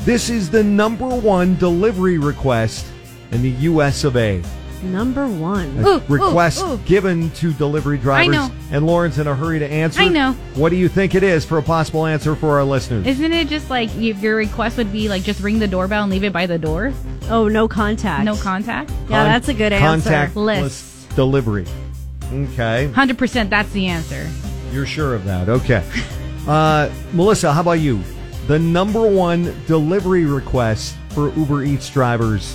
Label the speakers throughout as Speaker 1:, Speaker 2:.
Speaker 1: This is the number one delivery request in the U.S. of A.
Speaker 2: Number one.
Speaker 1: A
Speaker 3: Ooh,
Speaker 1: request
Speaker 3: ooh, ooh.
Speaker 1: given to delivery drivers.
Speaker 3: know.
Speaker 1: And Lauren's in a hurry to answer.
Speaker 3: I know.
Speaker 1: What do you think it is for a possible answer for our listeners?
Speaker 3: Isn't it just like you, your request would be like just ring the doorbell and leave it by the door?
Speaker 2: Oh, no contact.
Speaker 3: No contact?
Speaker 2: Yeah, that's a good answer.
Speaker 1: Contactless
Speaker 3: Less.
Speaker 1: delivery. Okay.
Speaker 3: 100% that's the answer.
Speaker 1: You're sure of that. Okay. Uh, Melissa, how about you? The number one delivery request for Uber Eats drivers.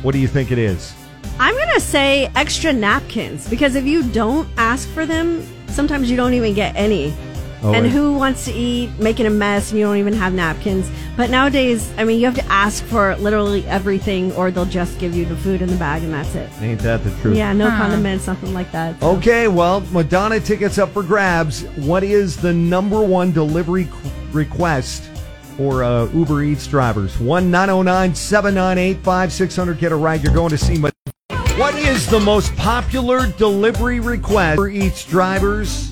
Speaker 1: What do you think it is?
Speaker 2: I'm going to say extra napkins because if you don't ask for them, sometimes you don't even get any.
Speaker 1: Oh,
Speaker 2: and
Speaker 1: wait.
Speaker 2: who wants to eat making a mess and you don't even have napkins? But nowadays, I mean, you have to ask for literally everything or they'll just give you the food in the bag and that's it.
Speaker 1: Ain't that the truth?
Speaker 2: Yeah, no condiments, nothing like that.
Speaker 1: Okay, well, Madonna tickets up for grabs. What is the number one delivery qu- request for uh, Uber Eats drivers? oh 1 909 798 5600. Get a ride. You're going to see Madonna. What is the most popular delivery request for Eats drivers?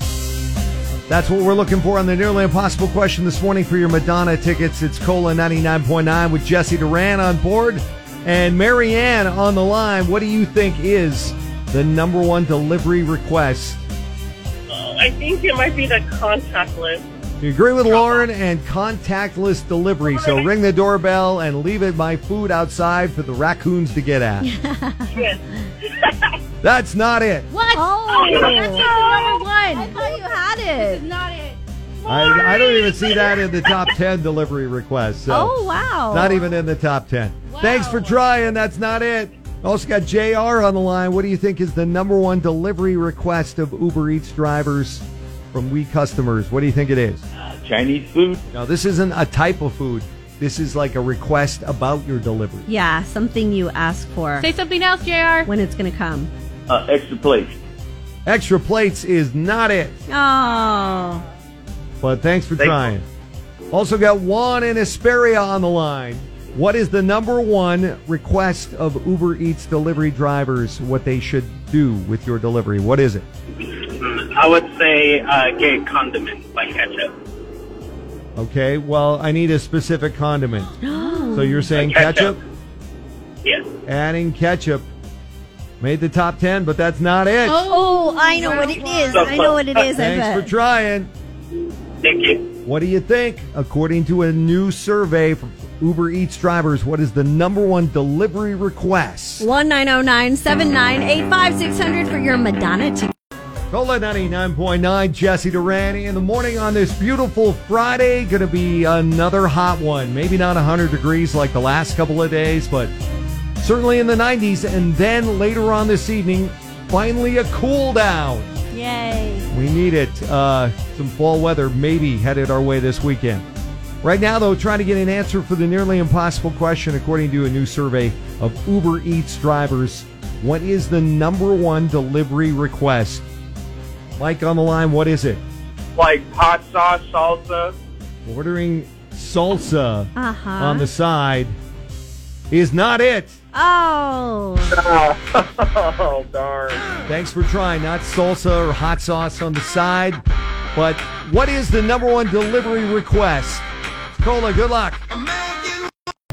Speaker 1: That's what we're looking for on the Nearly Impossible question this morning for your Madonna tickets. It's Cola 99.9 with Jesse Duran on board and Marianne on the line. What do you think is the number one delivery request?
Speaker 4: I think it might be the contactless.
Speaker 1: Do you agree with Lauren and contactless delivery? So ring the doorbell and leave it my food outside for the raccoons to get at.
Speaker 4: Yes.
Speaker 1: That's not it.
Speaker 3: What?
Speaker 2: Oh.
Speaker 3: that's not the number one.
Speaker 2: thought you had it.
Speaker 3: Not it.
Speaker 1: I, I don't even see that in the top 10 delivery requests. So.
Speaker 2: Oh, wow.
Speaker 1: Not even in the top 10. Thanks for trying. That's not it. Also got JR on the line. What do you think is the number one delivery request of Uber Eats drivers from we customers? What do you think it is?
Speaker 5: Chinese food.
Speaker 1: Now, this isn't a type of food. This is like a request about your delivery.
Speaker 2: Yeah, something you ask for
Speaker 3: Say something else, JR.
Speaker 2: when it's going to come.
Speaker 5: Uh, extra plates.
Speaker 1: Extra plates is not it,
Speaker 2: Oh.
Speaker 1: but thanks for
Speaker 5: Thanks.
Speaker 1: trying. Also got Juan and Hesperia on the line. What is the number one request of Uber Eats delivery drivers? What they should do with your delivery? What is it?
Speaker 6: Mm, I would say uh, get condiments like ketchup.
Speaker 1: Okay, well, I need a specific condiment. so you're saying ketchup?
Speaker 6: Ketchup. Yes.
Speaker 1: Adding ketchup. Made the top 10, but that's not it.
Speaker 2: Oh, I know what it is. I know what it is.
Speaker 1: Thanks
Speaker 2: I
Speaker 1: for
Speaker 2: bet.
Speaker 1: trying.
Speaker 6: Thank you.
Speaker 1: What do you think? According to a new survey from Uber Eats drivers, what is the number one delivery request?
Speaker 2: One nine zero nine seven nine eight five six hundred for your Madonna ticket.
Speaker 1: Cola 99.9, Jesse Durani in the morning on this beautiful Friday. Going to be another hot one. Maybe not 100 degrees like the last couple of days, but certainly in the 90s. And then later on this evening, finally a cool down.
Speaker 2: Yay!
Speaker 1: We need it. Uh, some fall weather maybe headed our way this weekend. Right now, though, trying to get an answer for the nearly impossible question, according to a new survey of Uber Eats drivers. What is the number one delivery request? Mike on the line, what is it?
Speaker 6: Like hot sauce, salsa.
Speaker 1: Ordering salsa
Speaker 2: Uh-huh.
Speaker 1: on the side is not it.
Speaker 2: Oh,
Speaker 6: Oh darn.
Speaker 1: Thanks for trying. Not salsa or hot sauce on the side, but what is the number one delivery request? Cola, good luck.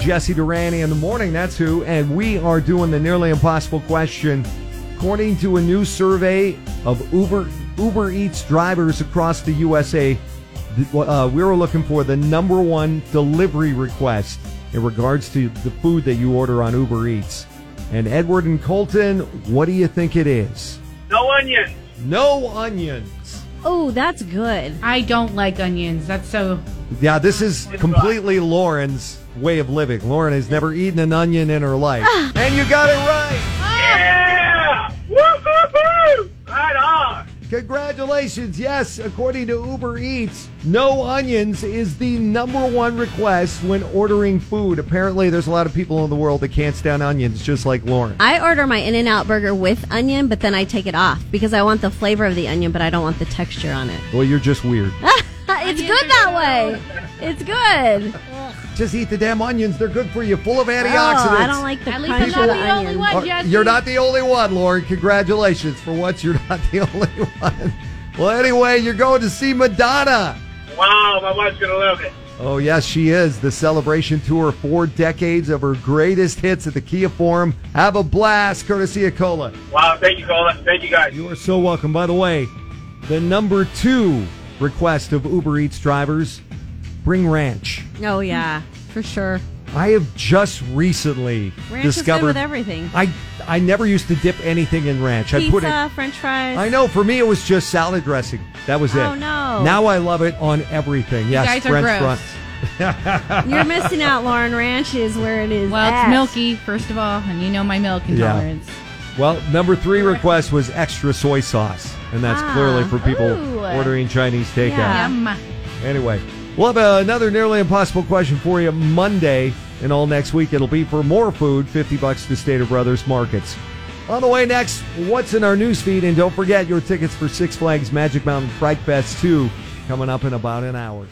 Speaker 1: Jesse Durani in the morning, that's who, and we are doing the nearly impossible question. According to a new survey of Uber Uber Eats drivers across the USA, th- uh, we were looking for the number one delivery request in regards to the food that you order on Uber Eats. And Edward and Colton, what do you think it is?
Speaker 6: No onions.
Speaker 1: No onions.
Speaker 2: oh, that's good.
Speaker 3: I don't like onions. That's so.
Speaker 1: Yeah, this is completely Lauren's way of living. Lauren has never eaten an onion in her life. and you got it right.
Speaker 6: Yeah. Woo hoo hoo! Right on.
Speaker 1: Congratulations. Yes, according to Uber Eats, no onions is the number one request when ordering food. Apparently, there's a lot of people in the world that can't stand onions, just like Lauren.
Speaker 2: I order my In-N-Out burger with onion, but then I take it off because I want the flavor of the onion, but I don't want the texture on it.
Speaker 1: Well, you're just weird.
Speaker 2: it's good that way. It's good.
Speaker 1: just eat the damn onions. They're good for you, full of
Speaker 2: Oh,
Speaker 1: antioxidants.
Speaker 2: I don't like the
Speaker 3: At least I'm
Speaker 2: crunch
Speaker 3: not
Speaker 2: of the
Speaker 3: the only
Speaker 2: onion.
Speaker 3: one.
Speaker 1: Are-
Speaker 3: Jesse.
Speaker 1: You're not the only one, Lauren. Congratulations for once. You're not the only one. Well, anyway, you're going to see Madonna.
Speaker 6: Wow, my wife's gonna love it.
Speaker 1: Oh, yes, she is. The celebration tour, four decades of her greatest hits at the Kia Forum. Have a blast, courtesy of Cola.
Speaker 6: Wow, thank you, Cola. Thank you, guys.
Speaker 1: You are so welcome. By the way, the number two request of Uber Eats drivers bring ranch.
Speaker 2: Oh yeah,
Speaker 3: for sure.
Speaker 1: I have just recently
Speaker 2: ranch is
Speaker 1: discovered
Speaker 2: good with everything.
Speaker 1: I I never used to dip anything in ranch. I put it.
Speaker 2: Pizza, French fries.
Speaker 1: I know. For me, it was just salad dressing. That was it.
Speaker 2: Oh, no.
Speaker 1: Now I love it on everything. Yes,
Speaker 3: guys are
Speaker 1: French
Speaker 3: gross.
Speaker 1: fries.
Speaker 2: You're missing out, Lauren. Ranch is where it is.
Speaker 3: Well,
Speaker 2: at.
Speaker 3: it's milky, first of all, and you know my milk intolerance.
Speaker 1: Well, number three request was extra soy sauce, and that's
Speaker 2: Ah,
Speaker 1: clearly for people
Speaker 3: ooh.
Speaker 1: ordering Chinese takeout.
Speaker 2: Yeah.
Speaker 3: Yum.
Speaker 1: Anyway, we'll have another nearly impossible question for you Monday and all next week. It'll be for more food, 50 bucks to Stater Brothers Markets. On the way next, what's in our newsfeed? And don't forget your tickets for Six Flags Magic Mountain Fright Fest 2 coming up in about an hour.